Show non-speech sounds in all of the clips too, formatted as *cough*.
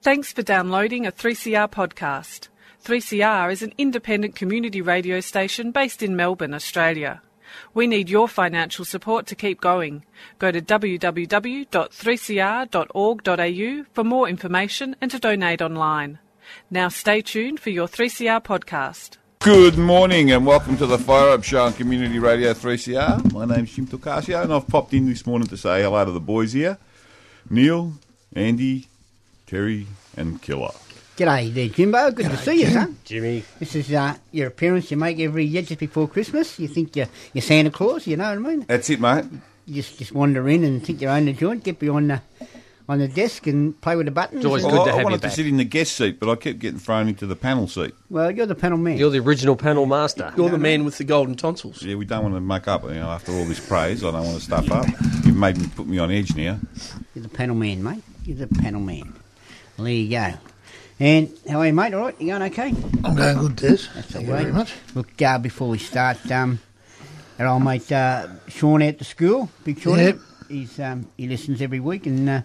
Thanks for downloading a 3CR podcast. 3CR is an independent community radio station based in Melbourne, Australia. We need your financial support to keep going. Go to www.3cr.org.au for more information and to donate online. Now stay tuned for your 3CR podcast. Good morning and welcome to the Fire Up Show on Community Radio 3CR. My name's Jim Tocasio and I've popped in this morning to say hello to the boys here Neil, Andy, Terry, and Killer. G'day there, Jimbo. Good to see you, son. Jimmy. This is uh, your appearance you make every year just before Christmas. You think you're, you're Santa Claus, you know what I mean? That's it, mate. You just, just wander in and think you own the joint, get behind the, on the desk and play with the buttons. It's always And- good Well, to I, I have you wanted to back. sit in the guest seat, but I kept getting thrown into the panel seat. Well, you're the panel man. You're the original panel master. You're the man with the golden tonsils. Yeah, we don't want to make up. You know, after all this praise, I don't want to stuff up. You've made me put me on edge now. You're the panel man, mate. You're the panel man. Well, there you go. And how are you, mate? All right? You going okay? I'm going good, Des. all Thank you right. very much. Look, uh, before we start, um, our old mate uh, Sean out to school, Big Sean. Yep. He's, um, he listens every week, and uh,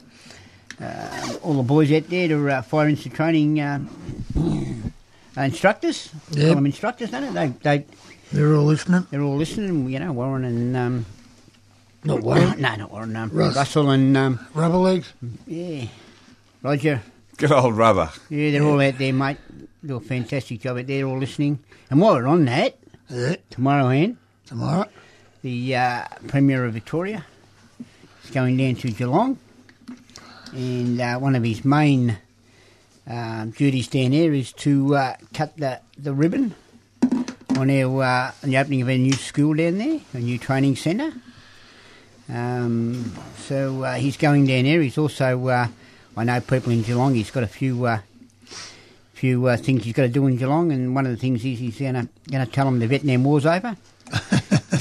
uh, all the boys out there to uh, fire into training um, uh, instructors. Yep. Call them instructors, don't they? they? They They're all listening. they're all listening. You know, Warren and um, Not no, worried. not Warren. Um, Russ. Russell and um, Rubber legs. yeah, Roger. Good old rubber. Yeah, they're all out there, mate. Do a fantastic job out there, all listening. And while we're on that, Yeah. tomorrow, Ann, Tomorrow. the uh, Premier of Victoria. is going down to Geelong, and uh, one of his main um, duties down there is to uh, cut the, the ribbon on our uh, on the opening of our new school down there, a new training centre. Um, so uh, he's going down there. He's also, uh, I know people in Geelong. He's got a few. Uh, Few uh, things he's got to do in Geelong, and one of the things is he's going to going to tell them the Vietnam War's over,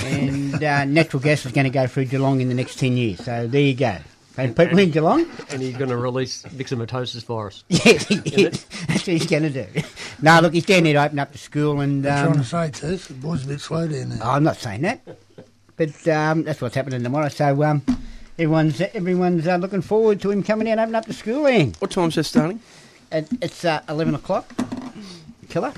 and uh, natural gas is going to go through Geelong in the next 10 years. So there you go. And people in Geelong? *laughs* And he's going to release myxomatosis virus. Yes, he is. That's what he's going to do. No, look, he's down there to open up the school and... I'm Um, trying to say, Des, the boys are a bit slow down there. I'm not saying that. But um, that's what's happening tomorrow. So um, everyone's everyone's uh, looking forward to him coming out and opening up the school. And What time's that starting? it, it's uh, 11 o'clock. Killer.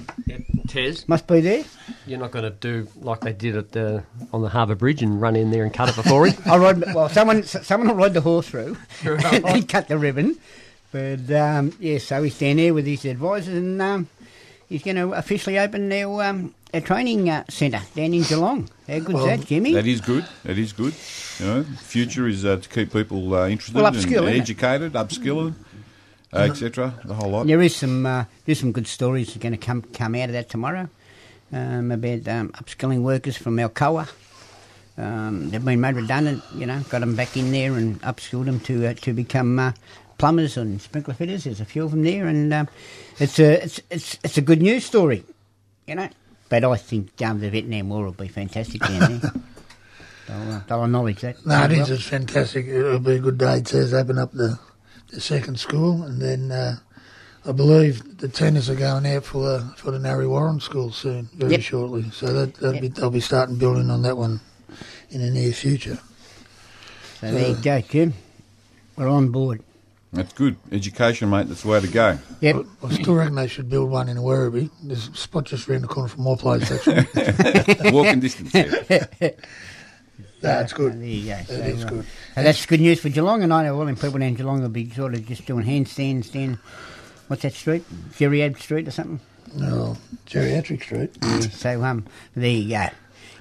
Tez, Must be there. you're not going to do like they did at the on the Harbour Bridge and run in there and cut it before *laughs* him. I'll ride. Well, someone s- someone will ride the horse through. *laughs* he cut the ribbon, but um, yeah. So he's down there with his advisors, and um, he's going to officially open our um, our training uh, centre down in Geelong. How good's Well, that, Jimmy? That is good. That is good. You know, future is uh, to keep people uh, interested Well, and upskill, isn't it? educated, upskilling, uh, etc. The whole lot. And there is some uh, there's some good stories going to come come out of that tomorrow um, about um, upskilling workers from Alcoa. Um, they've been made redundant, you know, got them back in there and upskilled them to uh, to become uh, plumbers and sprinkler fitters. There's a few of them there, and um, it's a it's, it's it's a good news story, you know. But I think um, the Vietnam War will be fantastic down there. they'll, uh, they'll acknowledge that. No, it Well, is. It's fantastic. It'll be a good day. It says open up the, the second school, and then uh, I believe the tennis are going out for the for the Narry Warren School soon, very Yep. shortly. So that that'll Yep. be they'll be starting building on that one in the near future. So there you uh, go, Jim. We're on board. That's good. Education, mate. That's the way to go. Yep. I still reckon they should build one in Werribee. There's a spot just round the corner from my place. *laughs* Actually, Walking distance. Here. that's So good. There you go. So, That is uh, good. And that's good news for Geelong, and I know all them people down Geelong will be sort of just doing handstands down, what's that street? Geriad Street or something? No, geriatric *laughs* street. so um, there you go.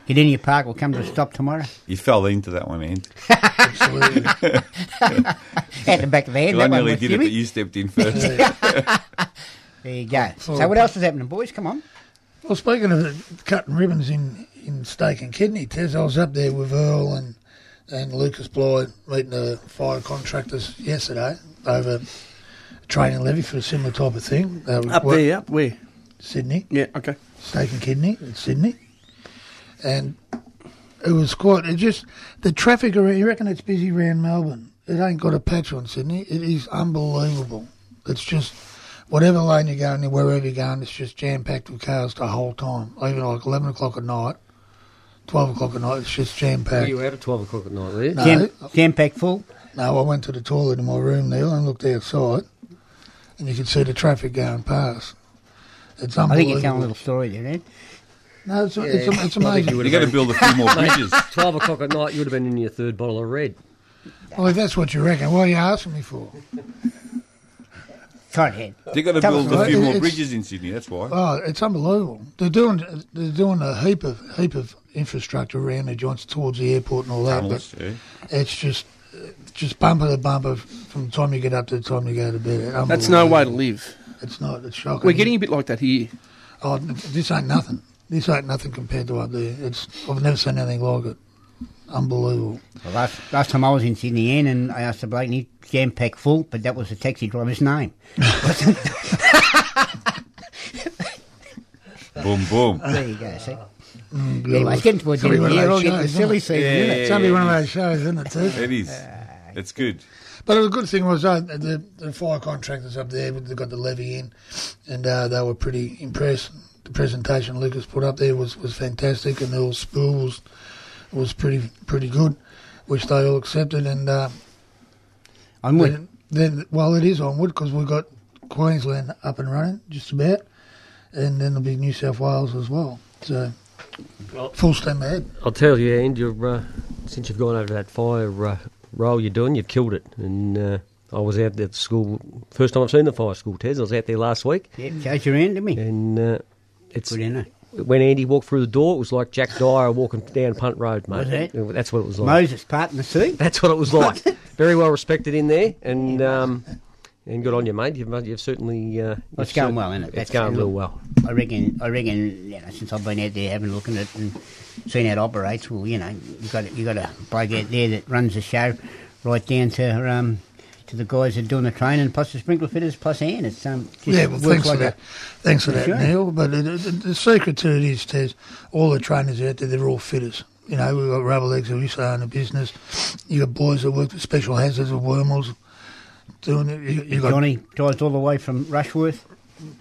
Get in your park, we'll come to a *laughs* stop tomorrow. You fell into that one, Andy. Absolutely. At the back of the head, I that one nearly was did it, but Jimmy. you stepped in first. *laughs* There you go. So what else is happening, boys? Come on. Well, speaking of cutting ribbons in, in steak and kidney, Tez, I was up there with Earl and, and Lucas Bly meeting the fire contractors yesterday over training levy for a similar type of thing. They were Up work- there, up where? Sydney, Yeah, okay. steak and kidney in Sydney. And it was quite, it just, the traffic, around, you reckon it's busy around Melbourne. It ain't got a patch on Sydney. It is unbelievable. It's just, whatever lane you're going in, wherever you're going, it's just jam packed with cars the whole time. Even like 11 o'clock at night, 12 o'clock at night, it's just jam Were packed. you out at 12 o'clock at night, were you? Uh, No. Jam, jam pack full. No, I went to the toilet in my room, Neil, and looked outside. and you can see the traffic going past. It's I think unbelievable. you're telling a little story there, Ed. No, it's, it's, it's, amazing. you got to build a few more bridges. 12 o'clock at night, you would have been in your third bottle of red. Well, if that's what you reckon, what are you asking me for? Tight head. You got to *laughs* Tell us, build a mate. few more It's- bridges in Sydney. That's why. Oh, it's unbelievable. They're doing they're doing a heap of heap of infrastructure around the joints towards the airport and all that, Tunnels, but yeah. it's just just bumper to bumper from the time you get up to the time you go to bed. Unbelievable. That's no way to live. It's not. It's shocking. We're getting a bit like that here. Oh, this ain't nothing. This ain't nothing compared to up there. It's I've never seen anything like it. Unbelievable. Well, last, last time I was in Sydney Inn and I asked the bloke and he jam packed full, but that was the taxi driver's name. Boom, boom. There you go, see? Mm, Anyway, it's getting towards the end of the year, all getting the silly season, isn't it? It's only one of those shows, isn't it? Too? It is. It's good. But the good thing was uh, the, the fire contractors up there, they got the levy in, and uh, they were pretty impressed. The presentation Lucas put up there was, was fantastic, and the whole spool was, was pretty pretty good, which they all accepted. And uh, I'm with then, then, well, it is onward because we've got Queensland up and running just about, and then there'll be New South Wales as well. So Well- full steam ahead. I'll tell you, and you're, uh, since you've gone over that fire uh, roll you're doing, you've killed it. And uh, I was out there at school, first time I've seen the fire school, Tez. I was out there last week, Yeah, shows your hand, didn't he? and uh, it's Good innit? when Andy walked through the door, it was like Jack Dyer walking down Punt Road, mate. Was it? That's what it was like. Moses part in the sea. That's what it *laughs* was like. Very well respected in there, and um, and good on you, mate. You've, you've certainly uh, It's you've going cer- well, isn't it? It's That's- going and real look- well. I reckon. I reckon. You know, since I've been out there having a look at it and seen how it operates, well, you know, you got you got a bloke out there that runs the show, right down to um to the guys that are doing the training, plus the sprinkler fitters, plus Anne. It's um just Yeah, well, works thanks for like that. Thanks for that, Sure. Neil. But it, it, the secret to it is, Tez, all the trainers out there, they're all fitters. You know, we've got rubber legs who used to own a business. you got boys that work with special hazards and wormholes doing it. You, you A, got, Johnny drives all the way from Rushworth.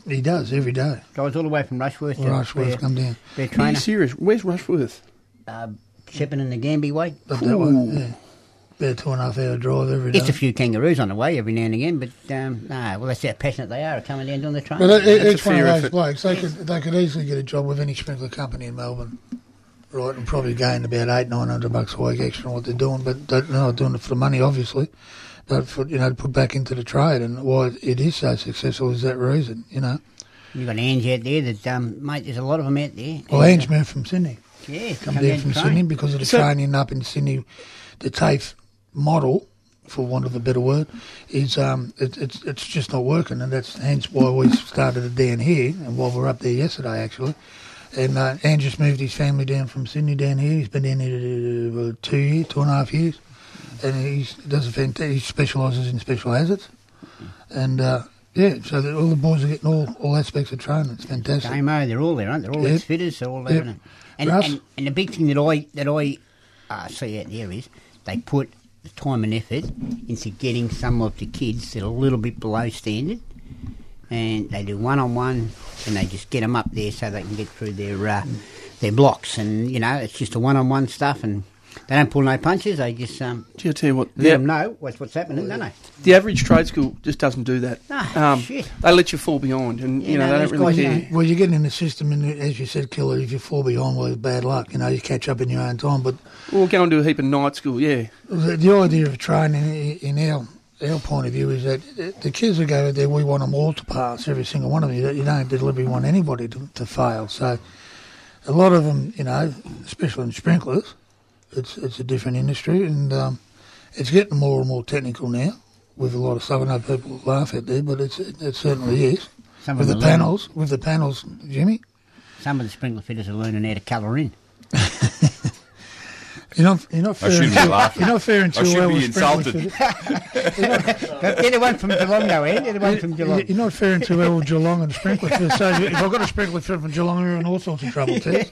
He does every day. Drives all the way from Rushworth. Well, Rushworth's their- come down. Their Are you trainer, serious? Where's Rushworth? uh, shipping in the Gambie way. Up that way, yeah. About two and a half hour drive every day. Gets a few kangaroos on the way every now and again, but um, no, well, that's how passionate they are coming down doing the training. but it, it, That's it's a one of fair those effort. blokes. They could, they could easily get a job with any sprinkler company in Melbourne, right, and probably gain about eight, nine hundred bucks a week extra on what they're doing. But they're not doing it for the money, obviously. But for you know, to put back into the trade, and why it is so successful is that reason, you know. You've got Ange out there that, um, mate, there's a lot of them out there. Well, Ange moved from Sydney, yeah, come down and from train. Sydney because of the So- training up in Sydney. The TAFE model, for want of a better word, is um, it, it's it's just not working, and that's hence why we started it down here, and why we're up there yesterday actually. And uh, Ange just moved his family down from Sydney down here. He's been down here uh, two years, two and a half years, and he's does a fantastic. He specialises in special hazards, and uh, yeah, so that all the boys are getting all, all aspects of training. It's fantastic. Same old, they're all there, aren't they? They're all Yeah. ex-fitters, they're all there. Yeah. aren't they? And, Russ? and, and the big thing that I that I uh, see out there is they put the time and effort into getting some of the kids that are a little bit below standard, and they do one-on-one, and they just get them up there so they can get through their uh, their blocks, and you know it's just a one-on-one stuff, and they don't pull no punches. They just um, Gee, I tell you what, let the, them know what's what's happening, don't they? the average trade school just doesn't do that. Um, Ah, shit. They let you fall behind, and Yeah, you know no, they those don't really guys, care. you Well, you're getting in the system, and as you said, Killer, if you fall behind, well, it's bad luck. You know, you catch up in your own time. But We'll go and do a heap of night school. Yeah, the, the idea of training, in our our point of view, is that the kids that go out there, we want them all to pass, every single one of you. You don't deliberately want anybody to, to fail. So a lot of them, you know, especially in sprinklers, it's it's a different industry, and um, it's getting more and more technical now. With a lot of stuff, I know people laugh at there, but it's, it, certainly is. Some of with the them learn- panels, with the panels, Jimmy, Some of the sprinkler fitters are learning how to colour in. You're not, you're not fair. shouldn't be until, laughing. You're not fair until should well be with insulted. *laughs* sprinkler They're the one from Geelong, though, eh? They're the one from Geelong. *laughs* fitters. You're not fair *laughs* until well with Geelong and sprinkler fitters. So if I've got a sprinkler fitter from Geelong, you're in all sorts of trouble *laughs* too.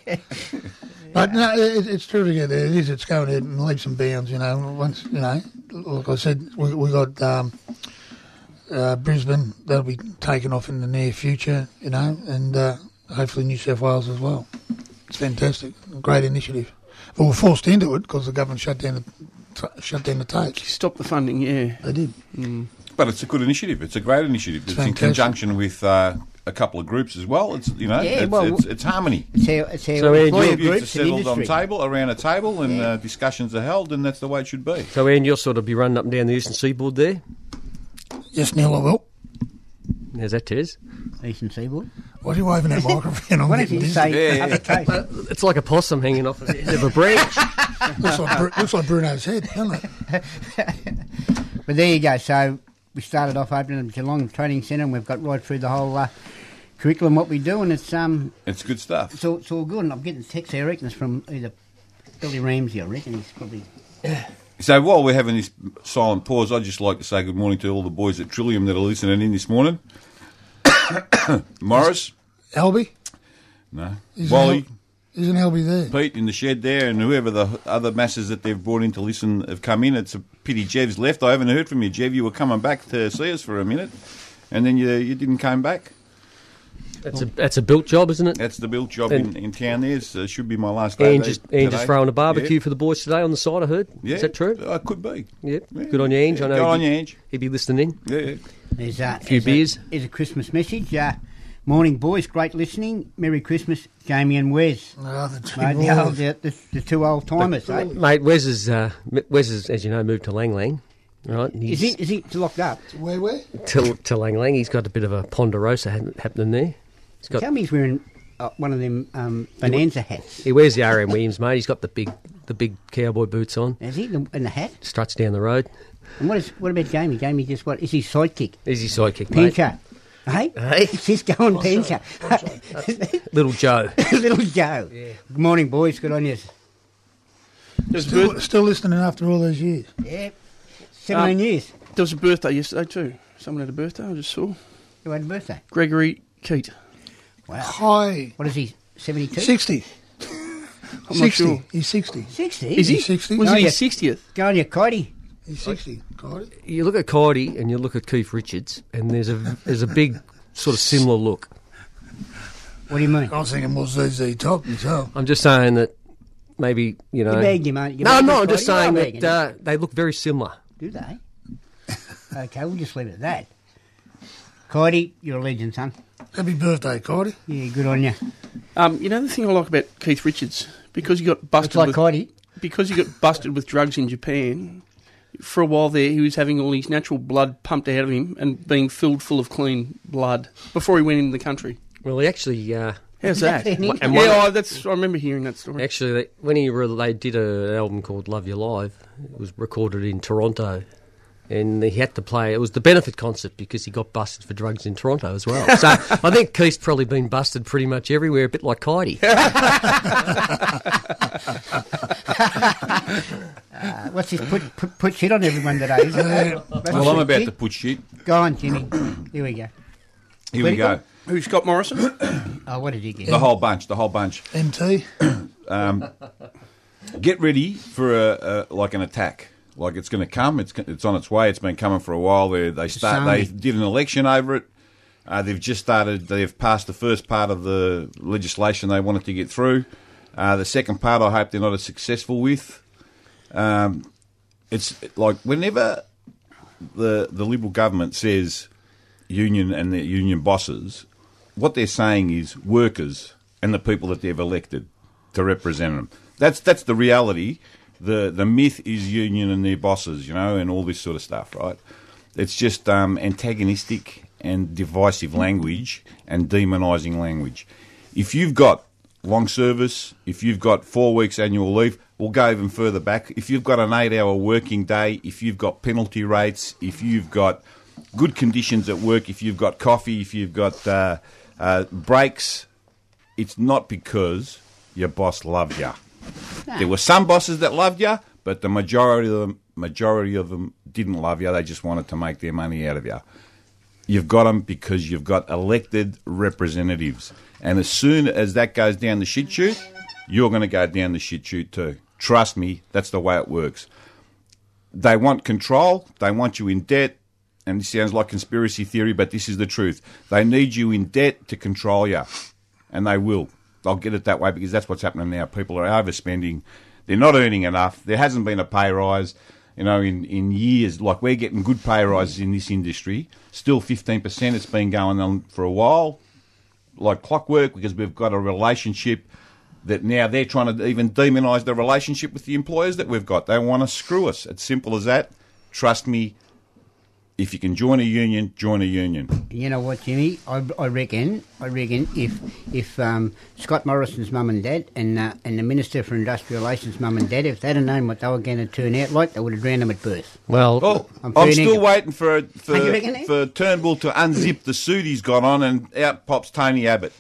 But no, it, it's terrific out there. It is. It's going in leaps and bounds. You know, once you know, like I said, we we got um, uh, Brisbane. They'll be taking off in the near future. You know, and uh, hopefully New South Wales as well. It's fantastic. Great initiative. But we're forced into it because the government shut down the shut down the tapes. stop the funding. Yeah, Mm. They did. But it's a good initiative. It's a great initiative. It's, in fantastic. conjunction with uh, a couple of groups as well. It's you know, Yeah, it's, well, it's, it's harmony. It's how, it's how So, Andrew- employer Your Reviews are uh, groups and settled on industry. table around a table, and Yeah. uh, discussions are held, and that's the way it should be. So, Ian, you'll sort of be running up and down the eastern seaboard there. Yes, Neil, I will. How's that, Tez? Eastern Seaboard. Why do you *laughs* waving that microphone? I'm What if getting you dizzy. say Yeah, other case? Uh, It's like a possum hanging off the end of a branch. Looks like, Bru- looks like Bruno's head, doesn't it? But there you go. So we started off opening the Geelong Training Centre, and we've got right through the whole uh, curriculum what we do, and it's um It's good stuff. it's all, it's all good. And I'm getting texts, I reckon, it's from either Billy Ramsey, I reckon he's probably So while we're having this silent pause, I'd just like to say good morning to all the boys at Trillium that are listening in this morning. *coughs* Morris, Albie? no, Is Wally, Isn't Albie there? Pete in the shed there, and whoever the other masses that they've brought in to listen have come in. It's a pity Jev's left. I haven't heard from you, Jev. You were coming back to see us for a minute, and then you you didn't come back. *laughs* That's a that's a built job, isn't it? That's the built job And- in, in town. There so it should be my last day. Ian just Ian just today. throwing a barbecue Yeah. for the boys today on the side. I heard. Yeah, Is that true? Uh, could be. Yep. Yeah. Good on you, Ange. I know Good he'd on be- you, Ange. He'd be listening in. Yeah, yeah. There's a Few beers. A, there's a Christmas message. Uh, morning, boys. Great listening. Merry Christmas, Jamie and Wes. No, Ah, the two Mate, boys. the, old, the, the, the two old timers. eh? Mate, Wes is, uh, M- Wes is, as you know, moved to Lang Lang. Right? Is he is he locked up? Where, where? to, to Lang Lang. He's got a bit of a ponderosa ha- happening there. He's got, Tell me he's wearing uh, one of them um, bonanza hats. he wears the RM Williams, mate. He's got the big the big cowboy boots on. Is he in the, in the hat? Struts down the road. And what is what about Jamie? Jamie just what is his sidekick? He's his sidekick, mate. Pincher. Hey, Hey. she's Oh, going Pincher. *laughs* Little Joe. Little Joe. Good morning, boys. Good on you. There's a birth- Still, still listening after all those years. Yeah, Uh, seventeen years. There was a birthday yesterday too. Someone had a birthday. I just saw Who had a birthday? Gregory Keat. Wow. Hi. What is he? Seventy-two. 60. I'm 60. not sure. He's 60. Sixty. Is he? He's 60. Was Oh, he yeah. his sixtieth? Go on, you Cody. He's 60. Got it. You look at Cody and you look at Keith Richards, and there's a there's a big sort of similar look. What do you mean? I was thinking more ZZ Top myself. I'm just saying that maybe you know. You begged him, aren't you? You no, begged no. him, I'm just Cody. You saying are that begging uh, they look very similar. him. Do they? okay, we'll just leave it at that. Cody, you're a legend, son. Happy birthday, Cardi. Yeah, good on you. Um, you know the thing I like about Keith Richards because he got busted It's like with Cody. because he got busted with drugs in Japan. For a while there, he was having all his natural blood pumped out of him and being filled full of clean blood before he went into the country. Well, he actually, uh, How's that? Isn't that funny? yeah, I, that's I remember hearing that story. actually, they, when he re- they did an album called "Love You Live," it was recorded in Toronto, and he had to play. It was the benefit concert because he got busted for drugs in Toronto as well. *laughs* so I think Keith's probably been busted pretty much everywhere, a bit like Cody. Uh, what's this? Put, put put shit on everyone today. Is it? Oh, Well, I'm about to put shit. Go on, Jimmy. Here we go. Here we go. Who's Scott Morrison? Oh, what did you get? The whole bunch. The whole bunch. MT. Get ready for a, a like an attack. Like it's going to come. It's go- it's on its way. It's been coming for a while. They they start. They Tsunami. did an election over it. Uh, they've just started. They've passed the first part of the legislation they wanted to get through. Uh, the second part, I hope they're not as successful with. Um, it's like whenever the the Liberal government says union and their union bosses, what they're saying is workers and the people that they've elected to represent them. That's that's the reality. The the myth is union and their bosses, you know, and all this sort of stuff, right? It's just um, antagonistic and divisive language and demonising language. If you've got long service, if you've got four weeks annual leave, we'll go even further back. If you've got an eight hour working day, if you've got penalty rates, if you've got good conditions at work, if you've got coffee, if you've got uh, uh, breaks, it's not because your boss loved you. There were some bosses that loved you, but the majority of them, majority of them didn't love you. They just wanted to make their money out of you. You've got them because you've got elected representatives, and as soon as that goes down the shit chute, you're going to go down the shit chute too. Trust me, that's the way it works they want control, they want you in debt, and this sounds like conspiracy theory, but this is the truth. They need you in debt to control you, and they will. They'll get it that way because that's what's happening now. People are overspending, they're not earning enough, there hasn't been a pay rise, you know, in, in years. Like we're getting good pay rises in this industry. Still 15%. It's been going on for a while, like clockwork, because we've got a relationship that now they're trying to even demonise the relationship with the employers that we've got. They want to screw us. It's simple as that. Trust me. If you can join a union, join a union. You know what, Jimmy? I, I reckon, I reckon if if um, Scott Morrison's mum and dad and uh, and the Minister for Industrial Relations' mum and dad, if they'd have known what they were going to turn out like, they would have drowned them at birth. Well, Oh, I'm I'm, pretty still negative. waiting for for, Are you reckon it? for Turnbull to unzip the suit he's got on, and out pops Tony *laughs* Abbott.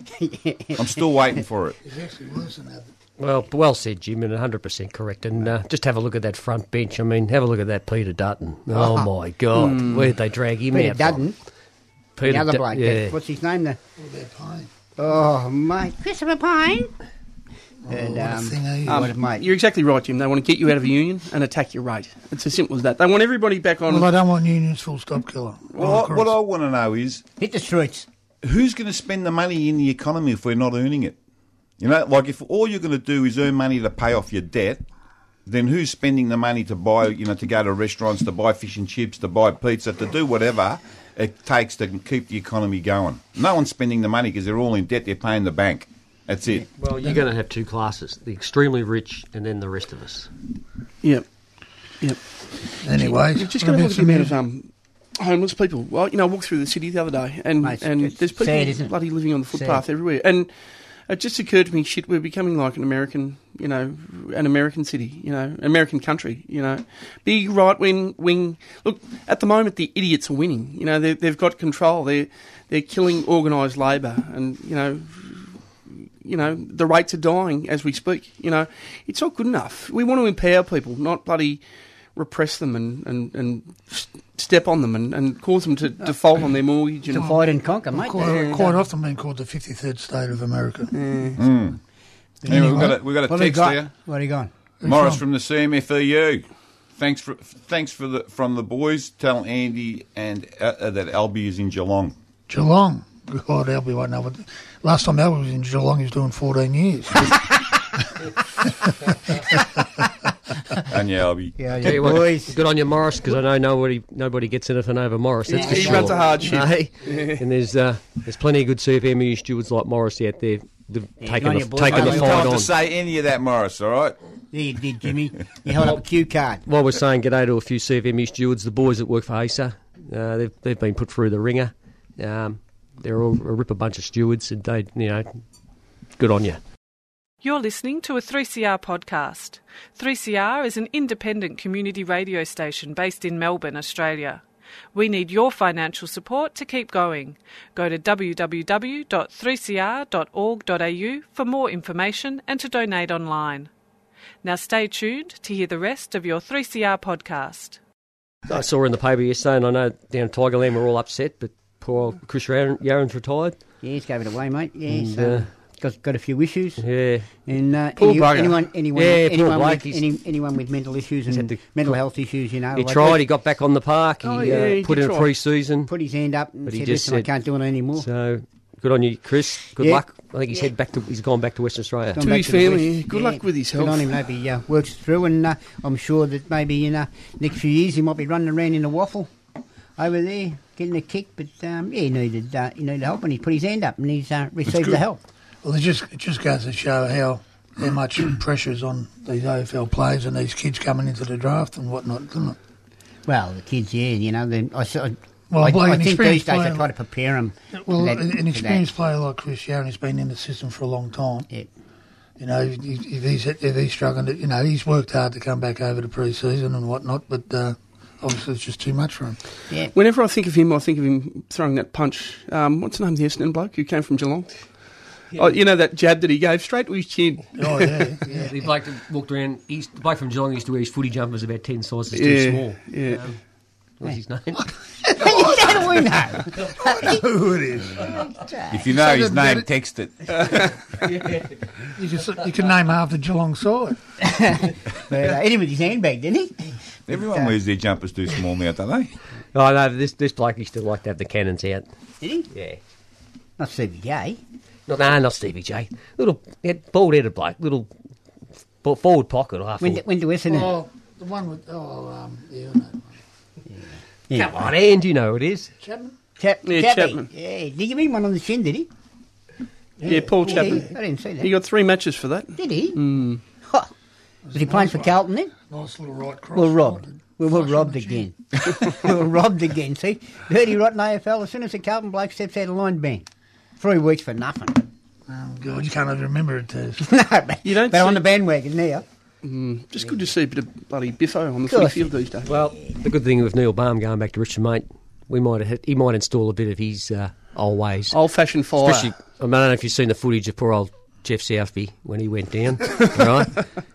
I'm still waiting for Oh, it. It's actually worse than that. well, well said, Jim, and 100% correct. And uh, just have a look at that front bench. I mean, have a look at that *laughs* Peter Dutton. Oh, my God. Where'd they drag him Hmm. Peter out Dutton, From? the Peter other Du- bloke. yeah. that- What's his name? The All their pain. oh mate, Christopher Pine. And, what a um, thing, eh? what a mate. You're exactly right, Jim. They want to get you out of a union and attack your rate. It's as simple as that. They want everybody back on. Well, I don't want unions full stop killer. Well, I- what I want to know is Hit the streets. who's going to spend the money in the economy if we're not earning it? You know, like if all you're going to do is earn money to pay off your debt, then who's spending the money to buy, you know, to go to restaurants, to buy fish and chips, to buy pizza, to do whatever it takes to keep the economy going? No one's spending the money because they're all in debt, they're paying the bank. That's it. Well, you're going to have two classes the extremely rich and then the rest of us. Yep. Yep. Anyway, You've just got to look at the amount of um, homeless people. Well, you know, I walked through the city the other day, and Mate, and it's there's people sad, isn't it? bloody living on the Sad. footpath everywhere. And it just occurred to me, shit, we're becoming like an American, you know, an American city, you know, an American country, you know, big right wing wing. Look, at the moment, the idiots are winning. You know, they, they've got control. They're they're killing organised labour, and you know, you know, the rates are dying as we speak. You know, it's not good enough. We want to empower people, not bloody repress them and, and, and s- step on them and, and cause them to default on their mortgage. And Divide and uh, conquer, mate. Quite, um, quite often been called the 53rd state of America. Anyway, we've got a, we've got a What have you text got? there. What have you gone? Morris from the CMFEU. E Thanks for thanks for the from the boys. Tell Andy and uh, uh, that Albie is in Geelong. Geelong. God, Albie won't know what. Last time Albie was in Geelong, he was doing *laughs* 14 years. And *laughs* yeah, Albie. Yeah, Tell yeah, you what, boys. good on you, Morris, because I know nobody nobody gets anything over Morris. That's for He sure. runs a hard ship. No, *laughs* he- and there's uh, there's plenty of good CFMU stewards like Morris out there they've taken on the, your boys. I taken the didn't fight have on. to say any of that, Morris. All right. There you did, Jimmy. You held Oh. up a cue card. While we're saying g'day to a few CFMU stewards, the boys that work for ASA, uh, they've, they've been put through the ringer. Um, they're all a ripper bunch of stewards, and they, you know, good on you. You're listening to a 3CR podcast. 3CR is an independent community radio station based in Melbourne, Australia. We need your financial support to keep going. Go to www.3cr.org.au for more information and to donate online. Now stay tuned to hear the rest of your 3CR podcast. I saw in the paper yesterday, and I know down Tigerland we're all upset, but poor old Chris Yaron, Yaron's retired. Yeah, he's gave it away, mate. Yeah, he's Yeah. uh, got, got a few issues. Yeah. And uh, Poor any- bugger. anyone, anyone, Yeah, poor anyone, bloke, with, he's- any, anyone with mental issues had and to- mental health issues, you know, He like tried, that, he got back on the park, he, Oh, yeah, uh, he put did in a try. pre season. put his hand up and But he said, just "Listen, I said- can't do it anymore." So good on you, Chris. Good Yeah. luck. I think he's head back to he's gone back to Western Australia. Gone To back his the family, West. yeah. Good luck with his Good on health. him. Maybe he uh, works it through, and uh, I'm sure that maybe in uh, next few years he might be running around in a waffle over there getting a kick. But um, yeah, he needed uh, he needed help, and he put his hand up and he's uh, received the good. help. Well, it just it just goes to show how how much pressure's on these AFL players and these kids coming into the draft and whatnot, doesn't it? Well, the kids, yeah, you know, they, I, s- I- Well, I, well, I an think these experienced days they player- try to prepare them. Well, an an experienced player like Chris Sharon has been in the system for a long time. Yeah. You know, if if he's if he's struggling, to- you know, he's worked hard to come back over to pre-season and whatnot, but uh, obviously it's just too much for him. Yeah. Whenever I think of him, I think of him throwing that punch. Um, what's the name of the Essendon bloke who came from Geelong? Oh, you know that jab that he gave straight to his chin. Oh yeah, *laughs* yeah. The bloke that walked around, he's, the bloke from Geelong used to wear his footy jumpers about 10 sizes yeah, too small. yeah. What's his name? How do we know? Who it is? If you know So his that- name, that- text it. You can, s- you can name half the Geelong side. *laughs* But, uh, hit him with his handbag, didn't he? Everyone wears their jumpers too small now, don't they? *laughs* Oh, no, this, this bloke used to like to have the cannons out. Did he? Yeah. Not Stevie Gay. Not, nah, not Stevie J. Little, bald headed bloke, little f- forward pocket. Half When, when to Essendon? Oh, The one with oh um, yeah, I know. Yeah. Come on, and you know it is. Chapman. Chap- Yeah, Chappie. Chapman. Yeah, did he give me one on the shin, did he? Yeah, Paul Yeah, Chapman. I didn't see that. He got three matches for that. did he? Huh. Was he playing for Carlton then? Nice little right cross. Well, robbed. Right. We were Flush on robbed the chin. again. *laughs* we were robbed again. See, dirty rotten AFL. As soon as the Carlton bloke steps out of line, ban. Three weeks for nothing. *laughs* Oh God, you can't even remember it. Tez. no, but You don't They're see- on the bandwagon now. Just good to see a bit of bloody biffo on the Course. footy field these days. Well, the good thing with Neil Baum going back to Richard Mate, we might have, he might install a bit of his uh, old ways. Old fashioned fire. Especially, Oh, I, mean, I don't know if you've seen the footage of poor old Jeff Southby when he went down, right?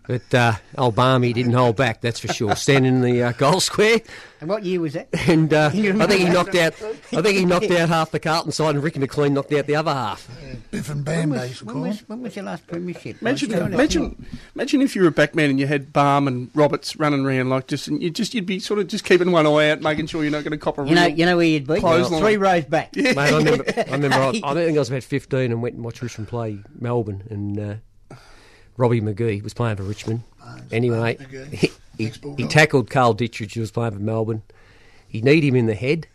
But uh, old Baum, he didn't hold back, that's for sure. Standing in the uh, goal square, And what year was that? and uh, I think he knocked out. I think he knocked out half the Carlton side, and Ricky McLean knocked out the other half. *laughs* Biff and Bam, When they was, used to when call was, it. when was your last premiership? Imagine, Like, you know, imagine, imagine if you were a back man and you had Barm and Roberts running around like just, and you just, you'd be sort of just keeping one eye out, making sure you're not going to cop a You know, real- you know where you'd be. Clothesline. Three rows back. Mate, I remember, I, remember I, I think I was about 15 and went and watched Richmond play Melbourne, and uh, Robbie McGee was playing for Richmond. Ah, Anyway, McGee. he, he, he Ex-Bulldog. tackled Carl Dittrich, who was playing for Melbourne. He kneed him in the head,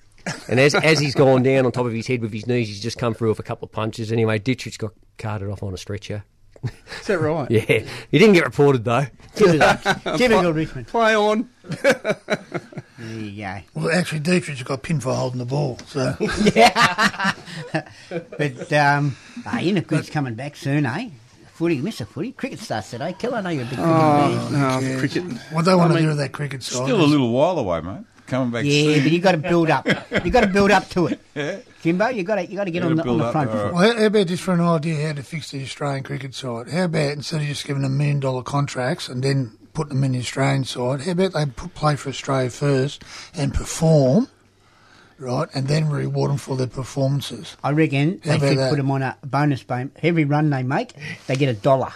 and as, as he's gone down on top of his head with his knees, he's just come through with a couple of punches. Anyway, Dittrich got carted off on a stretcher. Is *laughs* that right? Yeah, he didn't get reported, though. *laughs* Typical typical Richmond. Play on. There you go. Well, actually, Dietrich got pinned for holding the ball. *laughs* So But um, ah, Innergood's coming back soon, eh? Footy, miss a footy. Cricket starts today. Kill, I know you're a big cricket fan. Oh, cricket. what they want I to mean, do with that cricket side? Still a is- little while away, mate. Coming back *laughs* Yeah, soon. but you got to build up. You got to build up to it, *laughs* Yeah. Jimbo. You got to you got to get Gotta on the, on build the up, front all foot. right. Well, how- how about just for an idea how to fix the Australian cricket side? How about instead of just giving them million dollar contracts and then putting them in the Australian side, how about they put, play for Australia first and perform, right, and then reward them for their performances? I reckon they How about should that? put them on a bonus pay. Every run they make, they get a dollar.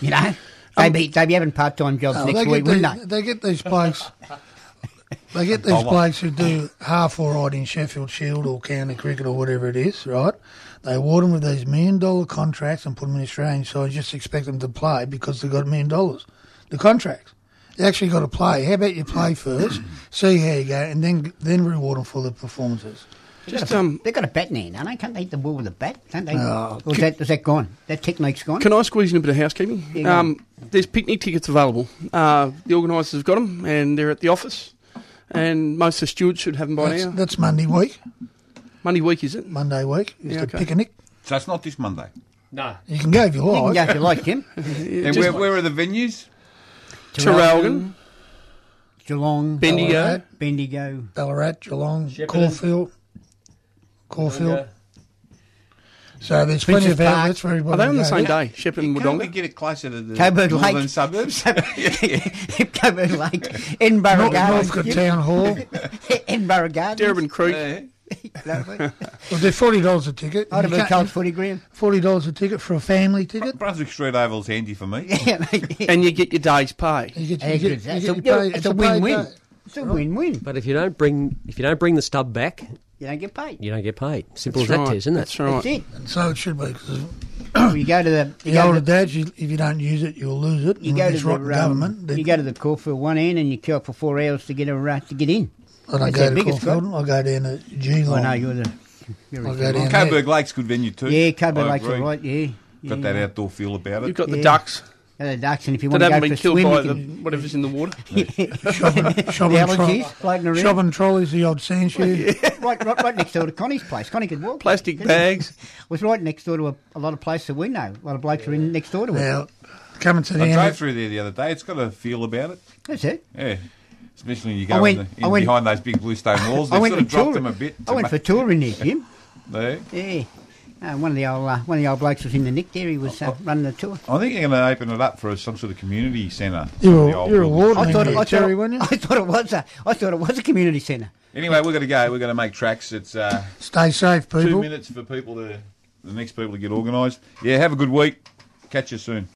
You know, they be they be having part time jobs Um, Oh, next they, week, get wouldn't the, they? they get these blokes. They get these Dollar. blokes who do half all right in Sheffield Shield or county cricket or whatever it is, right? They award them with these million dollar contracts and put them in the Australian side. Just expect them to play because they got a million dollars, the contracts. They actually got to play. How about you play first, see how you go, and then then reward them for their performances. Just, um, They've got a bat now, don't they? Can't they hit the ball with a bat? Don't they? Oh, or is that, is that gone? That technique's gone? Can I squeeze in a bit of housekeeping? Yeah, go on. um, there's picnic tickets available. Uh, the organisers have got them, and they're at the office. And most of the stewards should have them by That's, now. that's Monday week. Monday week, is it? Monday week is Yeah, the okay. picnic. So it's not this Monday. No. You can go if you you like. can go if you like, *laughs* Jim. And where, where are the venues? Terralgan, Geelong, Bendigo, Bendigo, *laughs* Ballarat, Geelong, Shepparton. Caulfield, Caulfield. So there's plenty Princess of Park. outlets for everybody. Are they on the to go. same day? Shepherd and Can't we Wodonga? get it closer to the Coburg northern *laughs* Lake. suburbs? Coburn Lake, Edinburgh Nor- Garden, Northcote *laughs* Town Hall. Edinburgh Garden. Darabin Creek. Yeah. Well, they're forty dollars a ticket. I'd have *laughs* You been can't- cold footy ground. Forty dollars a ticket for a family ticket. Brunswick Street Oval's handy for me. Yeah, mate. And you get your day's pay. You get, Hey, good. you get- you That's get a- your yeah, pay- It's it's a a paid win-win. day. It's a win-win. But if you don't bring if you don't bring the stub back, You don't get paid. you don't get paid. Simple That's as right. that, Tez, isn't it? That's right. That's it. And so it should be. 'cause you go to the you the go older to the, dads, you, if you don't use it, you'll lose it. you And go with to this the rotten um, government. they- You go to the call for one end and you queue up for four hours to get a uh, to get in. I don't it's go their to biggest Caulfield. I go down to Geelong. I know you're the. You're I'll a- go down there. Coburg Lake's good venue too. yeah, Coburn I Lake's all agree. right. Yeah, Got yeah. that outdoor feel about You've it. got the Yeah. ducks Go to the ducks, and if you that want to haven't go for a been swim, killed by you the, can. whatever's in the water. Shopping, *laughs* The shopping, allergies tro- floating around. shopping trolleys, the old *laughs* sand shoe. *laughs* right, right, right next door to Connie's place. Connie could walk. Plastic couldn't she? bags. was right next door to a, a lot of places that we know. A lot of blokes are in next door to it. Now, coming to I the end. drove of- through there the other day. It's got a feel about it. That's it. Yeah. Especially when you go I went- in the, I in went- behind those big blue stone walls. They sort of dropped them a bit. I went for touring there, Jim. there. Yeah. Uh, one of the old uh, one of the old blokes was in the nick there. He was uh, running the tour. I think they're going to open it up for some sort of community centre. You're, The old you're a building. warden. I thought, in it, I, there, thought Terry, it, weren't *laughs* you? I thought it was a I thought it was a community centre. Anyway, we're going to go. We're going to make tracks. It's uh, Stay safe, people. two minutes for people to the next people to get organised. Yeah, have a good week. Catch you soon.